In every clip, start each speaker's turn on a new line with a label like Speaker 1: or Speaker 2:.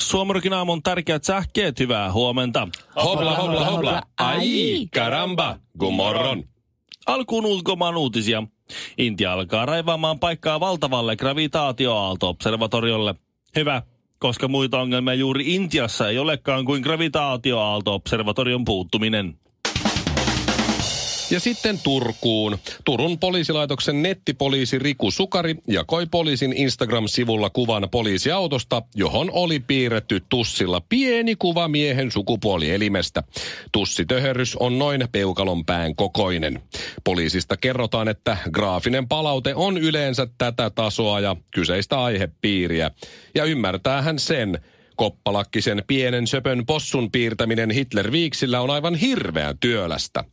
Speaker 1: Suomarokin aamun tärkeät sähkeet, hyvää huomenta.
Speaker 2: Hopla, hopla, hopla. Ai, karamba. God morgon.
Speaker 1: Alkuun ulkomaan uutisia. Intia alkaa raivaamaan paikkaa valtavalle gravitaatioaalto-observatoriolle. Hyvä, koska muita ongelmia juuri Intiassa ei olekaan kuin gravitaatioaalto-observatorion puuttuminen.
Speaker 2: Ja sitten Turkuun. Turun poliisilaitoksen nettipoliisi Riku Sukari jakoi poliisin Instagram-sivulla kuvan poliisiautosta, johon oli piirretty tussilla pieni kuva miehen sukupuolielimestä. Tussitöherys on noin peukalon pään kokoinen. Poliisista kerrotaan, että graafinen palaute on yleensä tätä tasoa ja kyseistä aihepiiriä. Ja ymmärtää hän sen, Koppalakkisen pienen söpön possun piirtäminen Hitler-viiksillä on aivan hirveän työlästä.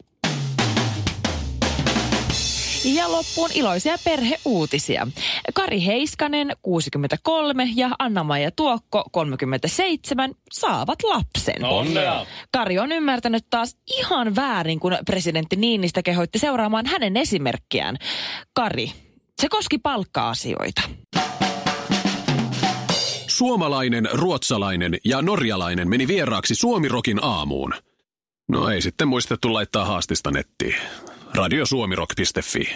Speaker 3: Ja loppuun iloisia perheuutisia. Kari Heiskanen, 63, ja Anna-Maija Tuokko, 37, saavat lapsen.
Speaker 1: No, Onnea!
Speaker 3: Kari on ymmärtänyt taas ihan väärin, kun presidentti Niinistä kehoitti seuraamaan hänen esimerkkiään. Kari, se koski palkka-asioita.
Speaker 4: Suomalainen, ruotsalainen ja norjalainen meni vieraaksi Suomirokin aamuun. No ei sitten muistettu laittaa haastista nettiin. Radiosuomirok.fi.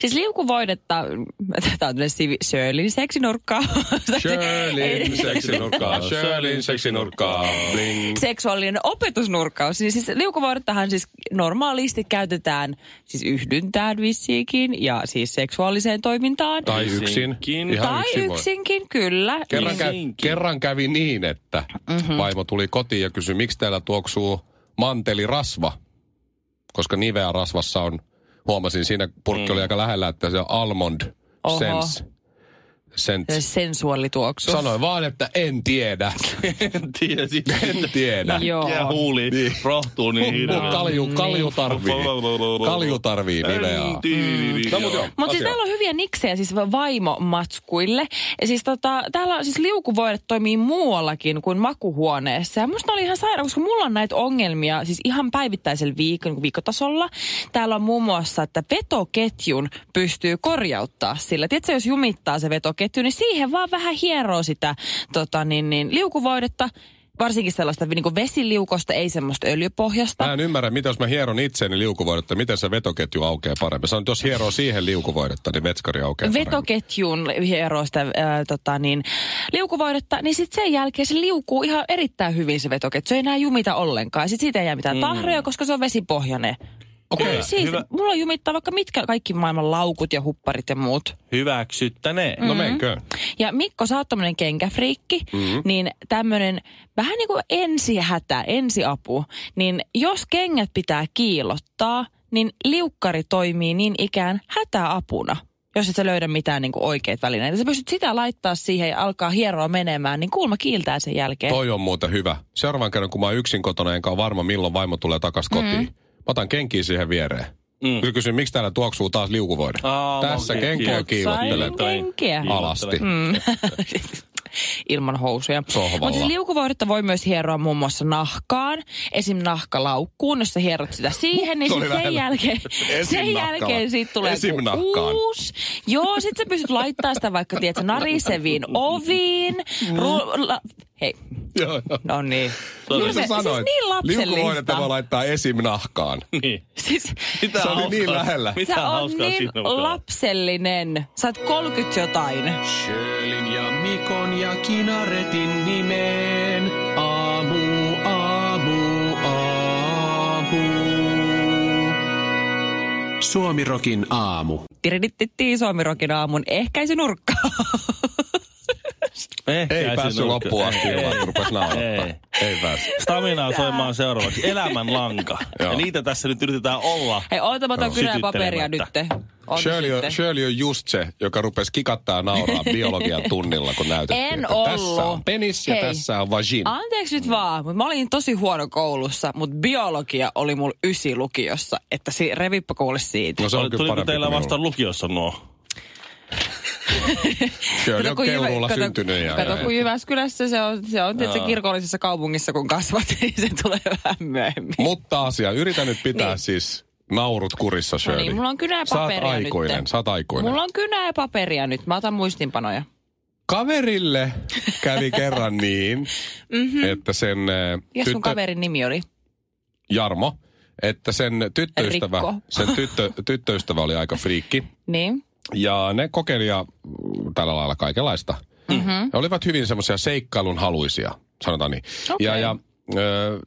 Speaker 3: Siis liukuvoidetta, tämä on sivi, Shirleyn seksinurkkaa.
Speaker 2: Shirleyn seksinurkkaa, Shirleyn seksinurkkaa, bling.
Speaker 3: seksuaalinen opetusnurkkaus. Niin siis liukuvuodettahan siis normaalisti käytetään siis yhdyntään vissiinkin ja siis seksuaaliseen toimintaan.
Speaker 2: Tai yksin.
Speaker 1: Yksinkin.
Speaker 2: Ihan
Speaker 3: tai
Speaker 2: yksin voi.
Speaker 3: yksinkin, kyllä.
Speaker 2: Kerran,
Speaker 3: Niin.
Speaker 2: kä-
Speaker 1: Yksinkin.
Speaker 2: kerran kävi niin, että
Speaker 3: Mhm.
Speaker 2: mm-hmm. vaimo tuli kotiin ja kysyi, miksi täällä tuoksuu mantelirasva, koska niveä rasvassa on, huomasin siinä purkki oli aika lähellä, että se on almond
Speaker 3: Oho.
Speaker 2: sense.
Speaker 3: Se
Speaker 2: sense.
Speaker 3: Sensuaalituoksu.
Speaker 2: Sanoin vaan, että en tiedä,
Speaker 1: En tiedä, siis
Speaker 2: en tiedä.
Speaker 3: Joo.
Speaker 1: ja huuli
Speaker 2: Niin.
Speaker 1: rohtuu niin
Speaker 2: Mut
Speaker 1: hirveän.
Speaker 2: kalju, kalju tarvii, kalju tarvii niveä. No, mut joo,
Speaker 3: Mutta siis
Speaker 2: asia.
Speaker 3: täällä on hyviä niksejä siis vaimomatskuille. Ja siis tota, täällä on siis liukuvoidet toimii muuallakin kuin makuhuoneessa. Ja musta oli ihan saira, koska mulla on näitä ongelmia siis ihan päivittäisellä viikon, niin viikotasolla. Täällä on muun muassa, että vetoketjun pystyy korjauttaa sillä. Tiedätkö, jos jumittaa se vetoketju, niin siihen vaan vähän hieroo sitä tota, niin, niin, liukuvoidetta. Varsinkin sellaista niin kuin vesiliukosta, ei semmoista öljypohjasta.
Speaker 2: Mä en ymmärrä, mitä jos mä hieron itseäni liukuvoidetta, miten se vetoketju aukeaa paremmin. Sanoin, että jos hieroo siihen liukuvoidetta, niin vetskari aukeaa paremmin.
Speaker 3: vetoketjun hieroo sitä ää, tota, niin, liukuvoidetta, niin sitten sen jälkeen se liukuu ihan erittäin hyvin se vetoketju. Se ei enää jumita ollenkaan. Sitten siitä ei jää mitään mm. tahroja, koska se on vesipohjainen.
Speaker 2: Okei.
Speaker 3: Ei siis,
Speaker 1: hyvä.
Speaker 3: mulla jumittaa vaikka mitkä kaikki maailman laukut ja hupparit ja muut.
Speaker 1: Hyväksyttäneen.
Speaker 3: Mm-hmm.
Speaker 2: No menköön.
Speaker 3: Ja Mikko, sä oot tommonen kenkäfriikki, mm-hmm. niin tämmönen vähän niin kuin ensihätä, ensiapu, niin jos kengät pitää kiilottaa, niin liukkari toimii niin ikään hätäapuna jos et sä löydä mitään niin oikeita välineitä. Sä pystyt sitä laittaa siihen ja alkaa hieroa menemään, niin kuulma kiiltää sen jälkeen.
Speaker 2: Toi on muuten hyvä. Seuraavan kerran, kun mä oon yksin kotona, enkä ole varma, milloin vaimo tulee takas kotiin.
Speaker 3: Mm-hmm.
Speaker 2: Mä otan kenkiä siihen viereen. Mm. Kyllä kysyn, miksi täällä tuoksuu taas liukuvoide?
Speaker 1: Aa,
Speaker 2: Tässä
Speaker 1: mä-
Speaker 2: kenkiä
Speaker 1: Mut
Speaker 2: kiilottelee. Niin.
Speaker 3: sain kenkiä.
Speaker 2: Alasti.
Speaker 3: Mm. Ilman housuja.
Speaker 2: Sohvalla.
Speaker 3: Mutta siis liukuvoidetta voi myös hieroa muun muassa nahkaan, esim. nahkalaukkuun, jos sä hierot sitä siihen, niin
Speaker 2: Tuli
Speaker 3: sit sen,
Speaker 2: lähellä.
Speaker 3: jälkeen,
Speaker 2: Esim.
Speaker 3: sen
Speaker 2: nahkaan.
Speaker 3: jälkeen siitä tulee
Speaker 2: Esim.
Speaker 3: joku
Speaker 2: nahkaan.
Speaker 3: uusi. Joo, sit sä pystyt laittaa sitä vaikka, tiedätkö, nariseviin oviin.
Speaker 2: Mm.
Speaker 3: Ru- la- hei,
Speaker 2: Joo, joo.
Speaker 3: no niin.
Speaker 2: Mitä sä
Speaker 3: Hirve- siis
Speaker 2: sanoit?
Speaker 3: niin
Speaker 2: Liukuvoidetta voi
Speaker 3: lapsellista.
Speaker 2: laittaa esim. nahkaan.
Speaker 1: Niin.
Speaker 3: Siis,
Speaker 1: Mitä
Speaker 2: Se oli
Speaker 1: hauskaa-
Speaker 2: niin lähellä.
Speaker 1: Mitä
Speaker 3: sä oot
Speaker 1: hauskaa
Speaker 3: niin
Speaker 1: siinä voi olla?
Speaker 3: lapsellinen. Sä oot 30 jotain.
Speaker 4: Sjölin ja Mikon ja Kinaretin nimeen. Aamu, aamu, aamu. Suomirokin aamu.
Speaker 3: Tiridittitti Suomirokin aamun ehkäisynurkka.
Speaker 1: Ehkä
Speaker 2: Ei
Speaker 1: se
Speaker 2: päässyt
Speaker 1: nurkka.
Speaker 2: loppuun asti,
Speaker 1: Eh, Ei.
Speaker 2: vaan rupes naurattaa.
Speaker 1: Ei.
Speaker 2: Ei päässyt.
Speaker 1: Staminaa soimaan seuraavaksi. Elämän lanka. ja
Speaker 2: Joo.
Speaker 1: niitä tässä nyt yritätä olla.
Speaker 3: Hei, oota, mä otan
Speaker 1: Joo.
Speaker 3: kynä ja paperia nyt.
Speaker 1: Sytyttelemättä.
Speaker 3: On
Speaker 2: Shirley on,
Speaker 3: sitten.
Speaker 2: Shirley on just se, joka rupesi kikattaa ja nauraa biologian tunnilla, kun näytettiin.
Speaker 3: En
Speaker 2: että Tässä
Speaker 3: ollut.
Speaker 2: on penis ja
Speaker 3: Hei.
Speaker 2: tässä on vagina.
Speaker 3: Anteeksi nyt vaan, mutta mä olin tosi huono koulussa, mutta biologia oli mulla ysi lukiossa, että si- revippä kuule siitä.
Speaker 2: No se on kyllä
Speaker 1: Tuliko
Speaker 2: parempi
Speaker 1: teillä
Speaker 2: kuin
Speaker 1: vasta
Speaker 2: minulla.
Speaker 1: lukiossa nuo?
Speaker 2: Shirley on
Speaker 3: Kato, kun Jyvä-
Speaker 2: keuruulla
Speaker 3: kato-
Speaker 2: syntynyt. Ja,
Speaker 3: Kato, kun Jyväskylässä se on, se on tietysti kirkollisessa kaupungissa, kun kasvat, niin se tulee vähän myöhemmin.
Speaker 2: Mutta asia, yritä nyt pitää niin. siis naurut kurissa,
Speaker 3: No
Speaker 2: Shirley.
Speaker 3: niin, mulla on kynää ja
Speaker 2: Sä oot
Speaker 3: paperia
Speaker 2: aikuinen,
Speaker 3: nyt.
Speaker 2: sä oot aikuinen.
Speaker 3: Mulla on kynää ja paperia nyt. Mä otan muistinpanoja.
Speaker 2: Kaverille kävi kerran niin, mm-hmm. että sen eh,
Speaker 3: Mhm. Ja sun
Speaker 2: tyttö,
Speaker 3: kaverin nimi oli?
Speaker 2: Jarmo, että sen tyttöystävä,
Speaker 3: Rikko.
Speaker 2: sen tyttö, tyttöystävä oli aika friikki.
Speaker 3: Niin.
Speaker 2: Ja ne kokeili ja mm, tällä lailla kaikenlaista. Mm-hmm. Ne olivat hyvin semmoisia seikkailun haluisia, sanotaan niin.
Speaker 3: Okei.
Speaker 2: Ja, ja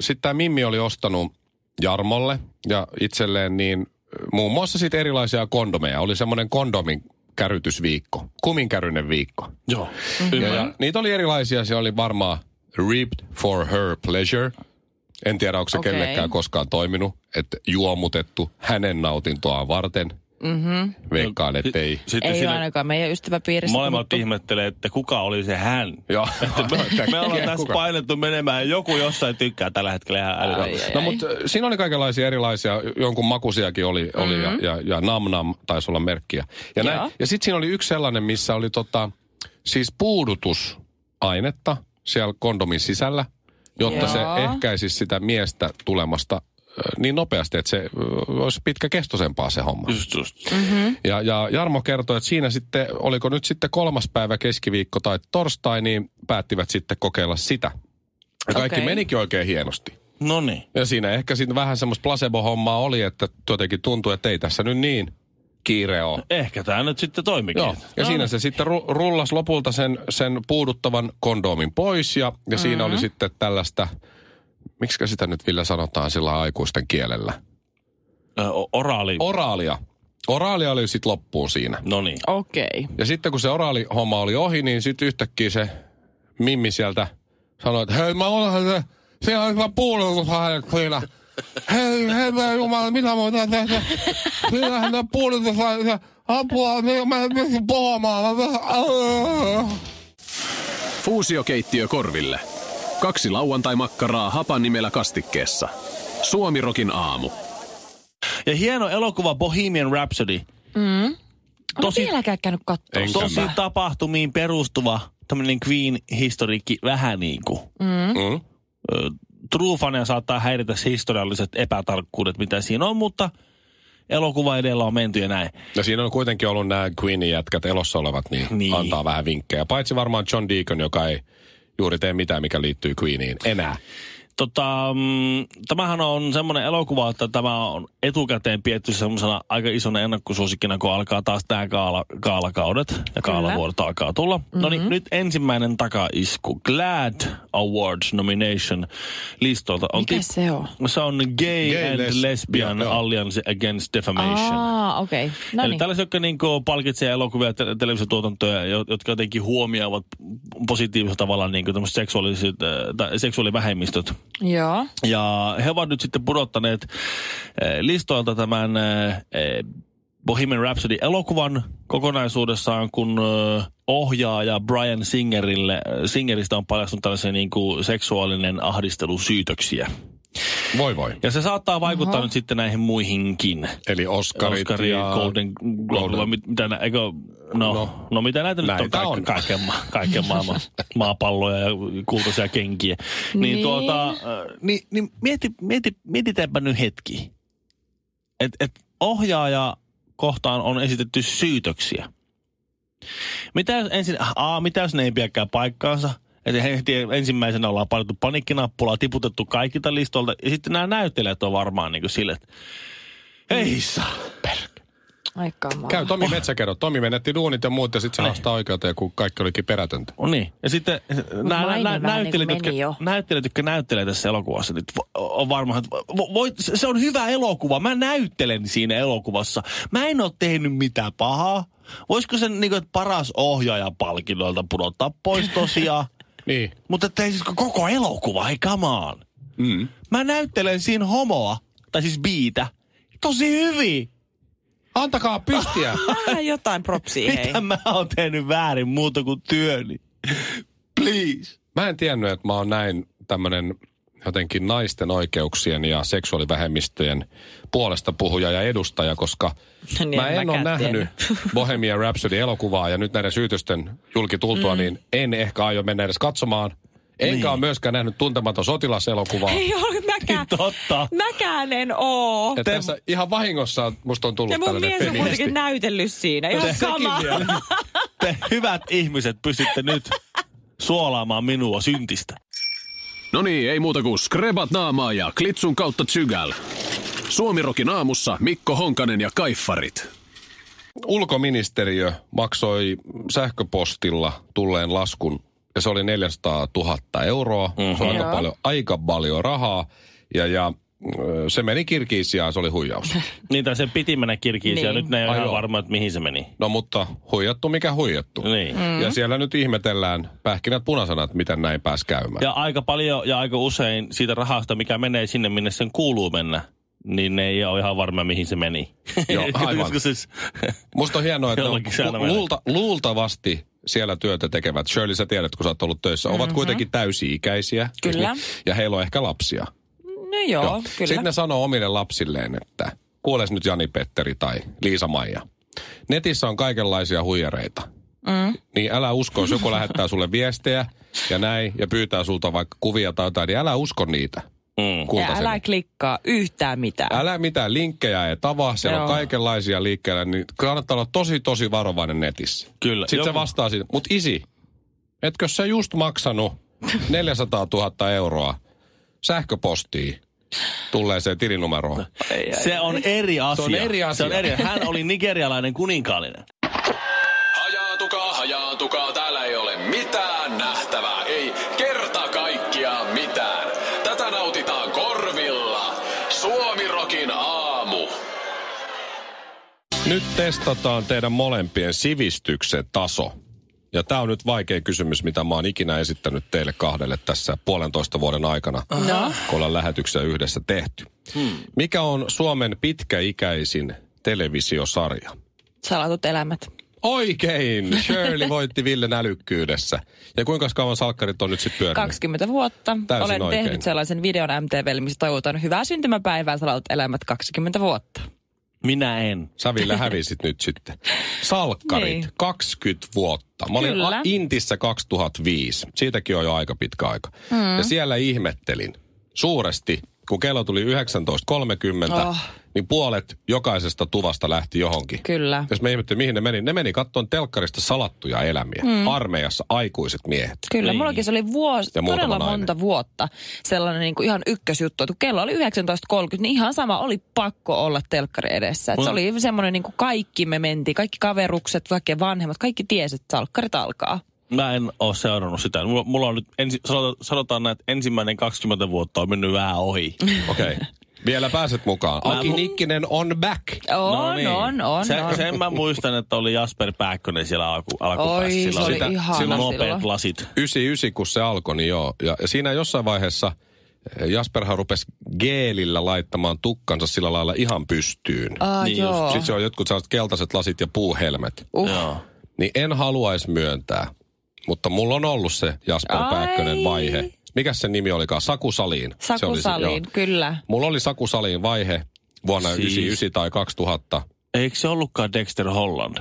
Speaker 2: sitten tämä Mimmi oli ostanut Jarmolle ja itselleen niin ö, muun muassa sit erilaisia kondomeja. Oli semmoinen kondomin kärytysviikko, kuminkäryinen viikko.
Speaker 1: Joo.
Speaker 2: Ja, ja niitä oli erilaisia, siellä oli varmaan Ripped for her pleasure. En tiedä, onko se
Speaker 3: Okei.
Speaker 2: okay. kellekään koskaan toiminut, että juomutettu hänen nautintoaan varten. Mm-hmm. Veikkaan,
Speaker 1: No,
Speaker 2: ettei.
Speaker 1: Sitten
Speaker 3: Ei
Speaker 1: siinä
Speaker 3: ole ainakaan meidän ystäväpiirissä.
Speaker 1: molemmat
Speaker 3: mutta-
Speaker 1: ihmettelee, että kuka oli se hän.
Speaker 2: Joo.
Speaker 1: Me ollaan tässä
Speaker 2: Kuka?
Speaker 1: painettu menemään. Joku jossain tykkää tällä hetkellä ihan älytön.
Speaker 3: Ai, ai,
Speaker 2: No
Speaker 3: ai.
Speaker 2: mutta siinä oli kaikenlaisia erilaisia, jonkun makusiakin oli, oli mm-hmm. ja, ja, ja Nam Nam taisi olla merkkiä. Ja,
Speaker 3: Joo.
Speaker 2: näin- ja sitten siinä oli yksi sellainen, missä oli tota, siis puudutusainetta siellä kondomin sisällä, jotta
Speaker 3: Joo.
Speaker 2: Joo. se ehkäisi sitä miestä tulemasta ö, niin nopeasti, että se ö, olisi pitkäkestoisempaa se homma.
Speaker 1: Just, just.
Speaker 2: Ja, ja Jarmo kertoi, että siinä sitten, oliko nyt sitten kolmas päivä keskiviikko tai torstai, niin päättivät sitten kokeilla sitä. Ja kaikki
Speaker 3: Okei.
Speaker 2: okay. menikin oikein hienosti.
Speaker 1: No niin.
Speaker 2: Ja siinä ehkä sitten vähän semmoista placebo-hommaa oli, että jotenkin tuntui, että ei tässä nyt niin kiire ole.
Speaker 1: Ehkä tämä nyt sitten toimikin.
Speaker 2: Joo, ja no. siinä se sitten ru- rullasi lopulta sen, sen puuduttavan kondomin pois ja, ja mm-hmm. siinä oli sitten tällaista, miksi sitä nyt vielä sanotaan sillä aikuisten kielellä?
Speaker 1: Ö, o- Oraali.
Speaker 2: Oraalia. Oraalia oli sitten loppuun siinä.
Speaker 1: No niin.
Speaker 3: Okei. Okay.
Speaker 2: Ja sitten kun se oraalihomma oli ohi, niin sitten yhtäkkiä se Mimmi sieltä sanoi, että hei mä olen se, siellä on hyvä puudutus hänet siinä. Hei, hei mä jumala, mitä mä voin tehdä? Siinä on se puudutus, se apua, niin mä en pysty puhumaan. Mä- mä-
Speaker 4: Fuusiokeittiö korville. Kaksi lauantai-makkaraa hapan nimellä kastikkeessa. Suomirokin aamu.
Speaker 1: Ja hieno elokuva Bohemian Rhapsody.
Speaker 3: Tosi...
Speaker 1: Tosi-
Speaker 3: vieläkään käynyt
Speaker 2: Enkä
Speaker 3: katsoa.
Speaker 1: Tosi tapahtumiin perustuva tämmöinen Queen-historiikki vähän niin kuin.
Speaker 2: Mm.
Speaker 1: Truufanen saattaa häiritä se historialliset epätarkkuudet, mitä siinä on, mutta elokuva edellä on menty ja näin.
Speaker 2: No siinä on kuitenkin ollut nämä Queenin jätkät elossa olevat, niin,
Speaker 1: Niin.
Speaker 2: niin, antaa vähän vinkkejä. Paitsi varmaan John Deacon, joka ei juuri tee mitään, mikä liittyy Queeniin enää.
Speaker 1: Tota, mm, tämähän on semmoinen elokuva, että tämä on etukäteen pietty semmoisena aika isona ennakkosuosikkina, kun alkaa taas nämä kaala, kaalakaudet ja kaalavuodet alkaa tulla. Mm-hmm. No niin, nyt ensimmäinen takaisku. Glad Awards nomination listolta. On
Speaker 3: Mikä se on?
Speaker 1: Se on Gay,
Speaker 2: Gay
Speaker 1: and
Speaker 2: les-
Speaker 1: Lesbian
Speaker 2: joo, joo.
Speaker 1: Alliance Against Defamation.
Speaker 3: Aa, okei. Okay. No
Speaker 1: Eli
Speaker 3: niin.
Speaker 1: tällaiset, jotka niin palkitsee elokuvia ja te- televisiotuotantoja, jo- jotka jotenkin huomioivat positiivisella tavalla niin tämmöiset seksuaaliset, äh, tai seksuaalivähemmistöt.
Speaker 3: Joo.
Speaker 1: Ja he ovat nyt sitten pudottaneet äh, listoilta tämän äh, äh, Bohemian Rhapsody-elokuvan kokonaisuudessaan, kun äh, ohjaaja Brian Singerille, äh, Singeristä on paljastunut tällaisia niin kuin seksuaalinen ahdistelusyytöksiä.
Speaker 2: Voi voi.
Speaker 1: Ja se saattaa vaikuttaa Aha. nyt sitten näihin muihinkin.
Speaker 2: Eli Oscarit,
Speaker 1: Oscari,
Speaker 2: ja...
Speaker 1: Golden Globe,
Speaker 2: Golden-
Speaker 1: vai mit, mitä nä, eikö, no, no,
Speaker 2: No.
Speaker 1: no, mitä näitä nyt on,
Speaker 2: Näitä
Speaker 1: kaik,
Speaker 2: on.
Speaker 1: Kaiken, ma, kaiken maailman maapalloja ja kultaisia kenkiä. Niin,
Speaker 3: Niin.
Speaker 1: niin. tuota, äh, niin, niin mieti, mieti, mietitäänpä nyt hetki. Et, et ohjaaja kohtaan on esitetty syytöksiä. Mitä jos ensin, a, mitä jos ne ei pidäkään paikkaansa? Eli heti ensimmäisenä ollaan painettu panikkinappulaa, tiputettu kaikilta listolta. Ja sitten nämä näyttelijät on varmaan niin kuin sille, että ei saa.
Speaker 3: Ai kamaa.
Speaker 2: Käy Tomi Metsäkerro. Tomi menetti duunit ja muut ja sitten se haastaa oikeuteen, kun kaikki olikin perätöntä.
Speaker 1: No niin. Ja sitten nämä
Speaker 3: maine
Speaker 1: nä,
Speaker 3: vähän
Speaker 1: näyttelijät,
Speaker 3: niinku
Speaker 1: jotka,
Speaker 3: meni jo.
Speaker 1: näyttelijät, jotka näyttelee tässä elokuvassa, niin vo- on varmaan, että vo- voi, se se on hyvä elokuva. Mä näyttelen siinä elokuvassa. Mä en ole tehnyt mitään pahaa. Voisiko sen niin kuin, että paras ohjaaja palkinnoilta pudottaa pois tosiaan?
Speaker 2: Niin.
Speaker 1: Mutta ettei siis koko elokuva, ei kamaan. Mm. Mä näyttelen siinä homoa, tai siis biitä, tosi hyvin.
Speaker 2: Antakaa pystiä.
Speaker 3: Vähän jotain propsia, hei.
Speaker 1: Mitä mä oon tehnyt väärin muuta kuin työni? Please.
Speaker 2: Mä en tiennyt, että mä oon näin tämmönen jotenkin naisten oikeuksien ja seksuaalivähemmistöjen puolesta puhuja ja edustaja, koska
Speaker 3: Niin,
Speaker 2: mä
Speaker 3: en
Speaker 2: en ole
Speaker 3: mäkään
Speaker 2: nähnyt Bohemian Rhapsody-elokuvaa ja nyt näiden syytösten julkitultua, mm. niin en ehkä aio mennä edes katsomaan. Enkä niin. ole myöskään nähnyt tuntematon sotilaselokuvaa.
Speaker 3: Ei ole mäkään.
Speaker 1: Totta.
Speaker 3: Mäkään en oo.
Speaker 2: Ja tässä ihan vahingossa on- musta on tullut
Speaker 3: Ja mun
Speaker 2: tällainen
Speaker 3: mies on
Speaker 2: feministi.
Speaker 3: kuitenkin näytellyt siinä. Ihan sama.
Speaker 1: Te hyvät ihmiset pystytte nyt suolaamaan minua syntistä.
Speaker 4: No niin, ei muuta kuin skrebat naamaa ja klitsun kautta tsygäl. Suomirokin aamussa Mikko Honkanen ja Kaiffarit.
Speaker 2: Ulkoministeriö maksoi sähköpostilla tulleen laskun, ja se oli 400 000 euroa. Mm-hmm. Se on aika
Speaker 3: Joo.
Speaker 2: paljon, aika paljon rahaa, ja, ja ö, se meni kirkiisiaan, se oli huijaus.
Speaker 1: Niin, tai sen piti mennä kirkiin ja
Speaker 3: Niin.
Speaker 1: nyt ne ei ole
Speaker 2: Ai
Speaker 1: ihan
Speaker 2: joo.
Speaker 1: varma, että mihin se meni.
Speaker 2: No mutta huijattu mikä huijattu.
Speaker 1: Niin.
Speaker 2: Mm-hmm. Ja siellä nyt ihmetellään pähkinät punaisena, että miten näin pääsi käymään.
Speaker 1: Ja aika paljon ja aika usein siitä rahasta, mikä menee sinne, minne sen kuuluu mennä, niin ne ei ole ihan varma, mihin se meni.
Speaker 2: Joo, aivan.
Speaker 1: Joskus siis,
Speaker 2: Musta on hienoa, että
Speaker 1: Jollakin
Speaker 2: on-
Speaker 1: säännöllä.
Speaker 2: lu- luulta, luultavasti siellä työtä tekevät, Shirley sä tiedät, kun sä oot ollut töissä,
Speaker 1: Mm-hmm.
Speaker 2: ovat kuitenkin täysi-ikäisiä. eiks
Speaker 3: Kyllä.
Speaker 2: Niin, ja heillä on ehkä lapsia.
Speaker 3: No joo,
Speaker 2: Joo.
Speaker 3: kyllä.
Speaker 2: Sitten ne sanoo omille lapsilleen, että kuules nyt Jani-Petteri tai Liisa-Maija. Netissä on kaikenlaisia huijareita. Mm. Niin älä usko, jos joku lähettää sulle viestejä ja näin ja pyytää sulta vaikka kuvia tai jotain, niin älä usko niitä.
Speaker 1: mm.
Speaker 3: ja
Speaker 2: Kultaseni.
Speaker 3: älä klikkaa yhtään mitään.
Speaker 2: Älä mitään linkkejä ei tavaa, siellä on
Speaker 3: Joo.
Speaker 2: kaikenlaisia liikkeellä, niin kannattaa olla tosi tosi varovainen netissä.
Speaker 1: Kyllä.
Speaker 2: Sitten se
Speaker 1: Joku-
Speaker 2: vastaa siinä, mutta isi, etkö sä just maksanut 400 000 euroa sähköpostiin tulleeseen tilinumeroon?
Speaker 1: Se on eri asia.
Speaker 2: on eri
Speaker 1: Se on
Speaker 2: asia.
Speaker 1: eri. Hän oli nigerialainen kuninkaallinen.
Speaker 4: Hajaantukaa, hajaantukaa, täällä ei ole mitään nähtävää, ei kerta kaikkiaan mitään. Tätä nautitaan korvilla. Suomirokin aamu.
Speaker 2: Nyt testataan teidän molempien sivistyksen taso. Ja tämä on nyt vaikea kysymys, mitä mä oon ikinä esittänyt teille kahdelle tässä puolentoista vuoden aikana, no. kun ollaan lähetyksiä yhdessä tehty. Hmm. Mikä on Suomen pitkäikäisin televisiosarja?
Speaker 3: Salatut elämät.
Speaker 2: Oikein! Shirley voitti Villen älykkyydessä. Ja kuinka kauan salkkarit on nyt sitten pyörinyt?
Speaker 3: 20 vuotta.
Speaker 2: Täysin
Speaker 3: Olen
Speaker 2: oikein.
Speaker 3: tehnyt sellaisen videon MTVlle, missä toivotan hyvää syntymäpäivää, salatut elämät 20 vuotta.
Speaker 1: Minä en.
Speaker 2: Sä Ville hävisit nyt sitten. Salkkarit,
Speaker 3: Niin.
Speaker 2: 20 vuotta. Mä olin
Speaker 3: Kyllä.
Speaker 2: a- Intissä 2005. Siitäkin on jo aika pitkä aika. Mm. Ja siellä ihmettelin suuresti, kun kello tuli 19.30,
Speaker 3: Oh.
Speaker 2: oh. niin puolet jokaisesta tuvasta lähti johonkin.
Speaker 3: Kyllä.
Speaker 2: Jos mä ihmettelin, mihin ne meni, ne meni kattoon telkkarista salattuja elämiä. Mm. Armeijassa aikuiset miehet.
Speaker 3: Kyllä,
Speaker 1: Niin.
Speaker 3: niin. mullakin se oli vuosi,
Speaker 2: Ja muutama
Speaker 3: todella
Speaker 2: nainen.
Speaker 3: monta vuotta sellainen niin kuin ihan ykkösjuttu, että kun kello oli 19.30, niin ihan sama oli pakko olla telkkari edessä. Et se
Speaker 2: Mm.
Speaker 1: Mun-
Speaker 3: oli semmoinen, niin kuin kaikki me mentiin, kaikki kaverukset, kaikki vanhemmat, kaikki tiesi, että salkkarit alkaa.
Speaker 1: Mä en ole seurannut sitä. Mulla, mulla on nyt, ensi, sanota- sanotaan näin, että ensimmäinen 20 vuotta on mennyt vähän ohi.
Speaker 2: Okei. Okay. Vielä pääset mukaan.
Speaker 1: Mä-
Speaker 2: Aki Nikkinen on back.
Speaker 3: On, no niin. on, on,
Speaker 1: se,
Speaker 3: on.
Speaker 1: Sen mä muistan, että oli Jasper Pääkkönen siellä alku, alkupäässä.
Speaker 3: Oi,
Speaker 1: Sillä
Speaker 3: se oli
Speaker 1: sitä-
Speaker 3: ihana
Speaker 1: sillä
Speaker 3: silloin.
Speaker 1: nopeat lasit.
Speaker 2: 99, kun se alkoi, niin joo. Ja, ja siinä jossain vaiheessa eh, Jasperhan rupesi geelillä laittamaan tukkansa sillä lailla ihan pystyyn.
Speaker 3: Ah,
Speaker 1: Niin
Speaker 3: niin
Speaker 1: just.
Speaker 3: joo.
Speaker 2: Sitten se on jotkut sellaiset keltaiset lasit ja puuhelmet.
Speaker 3: Uh,
Speaker 1: Joo.
Speaker 2: Niin en haluaisi myöntää, mutta mulla on ollut se Jasper
Speaker 3: Ai.
Speaker 2: Pääkkönen vaihe. Mikäs sen nimi olikaan? Saku Saliin. Se oli se,
Speaker 3: Sakusaliin,
Speaker 2: joo.
Speaker 3: kyllä.
Speaker 2: Mulla oli Saku Saliin vaihe vuonna
Speaker 1: Siis.
Speaker 2: 99 tai 2000.
Speaker 1: Eikö se ollutkaan Dexter Holland?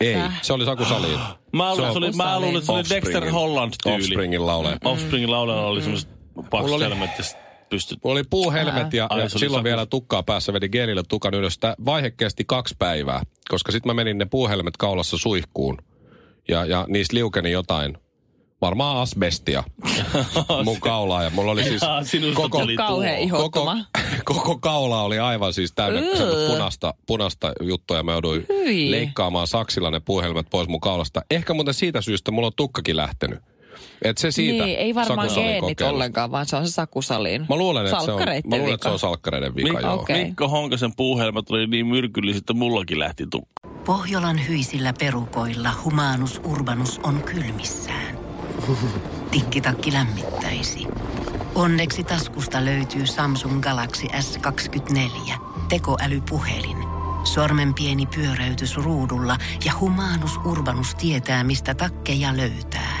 Speaker 2: Ei,
Speaker 3: Äh.
Speaker 2: se oli Saku Saliin.
Speaker 1: Mä
Speaker 2: Se
Speaker 1: luulen,
Speaker 2: on-
Speaker 1: se oli, mä luulen, että se oli Dexter
Speaker 2: Offspringin-
Speaker 1: Holland tyyli.
Speaker 2: Offspringin laulee.
Speaker 1: Offspringin laulajalla oli
Speaker 3: Mm-hmm.
Speaker 1: semmoiset
Speaker 2: Mulla oli-
Speaker 1: pakselmet ja sit pystyt.
Speaker 2: Mulla oli puuhelmet ja,
Speaker 1: Ai,
Speaker 2: ja
Speaker 1: se oli
Speaker 2: silloin
Speaker 1: saku-
Speaker 2: vielä tukkaa päässä vedin geelillä tukan ylös. Tää vaihe kesti kaksi päivää, koska sitten mä menin ne puuhelmet kaulassa suihkuun ja, ja niissä liukeni jotain. Varmaan asbestia mun kaulaa ja mulla oli siis
Speaker 1: Jaa, sinusta
Speaker 2: koko,
Speaker 1: tuli
Speaker 3: Kauhean
Speaker 1: tuo.
Speaker 2: koko,
Speaker 3: ihottuma.
Speaker 2: koko kaula oli aivan siis täynnä
Speaker 3: Öö.
Speaker 2: semmoista punaista, punaista juttua ja mä jouduin
Speaker 3: Hyi.
Speaker 2: leikkaamaan saksilla ne puuhelmet pois mun kaulasta. Ehkä muuten siitä syystä mulla on tukkakin lähtenyt. Et se siitä
Speaker 3: Niin, ei varmaan
Speaker 2: Sakusalin
Speaker 3: geenit
Speaker 2: kokeilusta.
Speaker 3: ollenkaan, vaan se on se sakusaliin.
Speaker 2: Mä luulen, että se on,
Speaker 3: Niin. Salkkareitten
Speaker 2: mä luulen, että se
Speaker 3: vika. Niin.
Speaker 2: on salkkareiden vika,
Speaker 1: Mik-
Speaker 2: joo.
Speaker 3: okei.
Speaker 1: Mikko Honkasen puuhelmat oli niin myrkylliset, että mullakin lähti tukka.
Speaker 5: Pohjolan hyisillä perukoilla humanus urbanus on kylmissään. Tikkitakki lämmittäisi. Onneksi taskusta löytyy Samsung Galaxy S24. Tekoälypuhelin. Sormen pieni pyöräytys ruudulla ja humanus urbanus tietää, mistä takkeja löytää.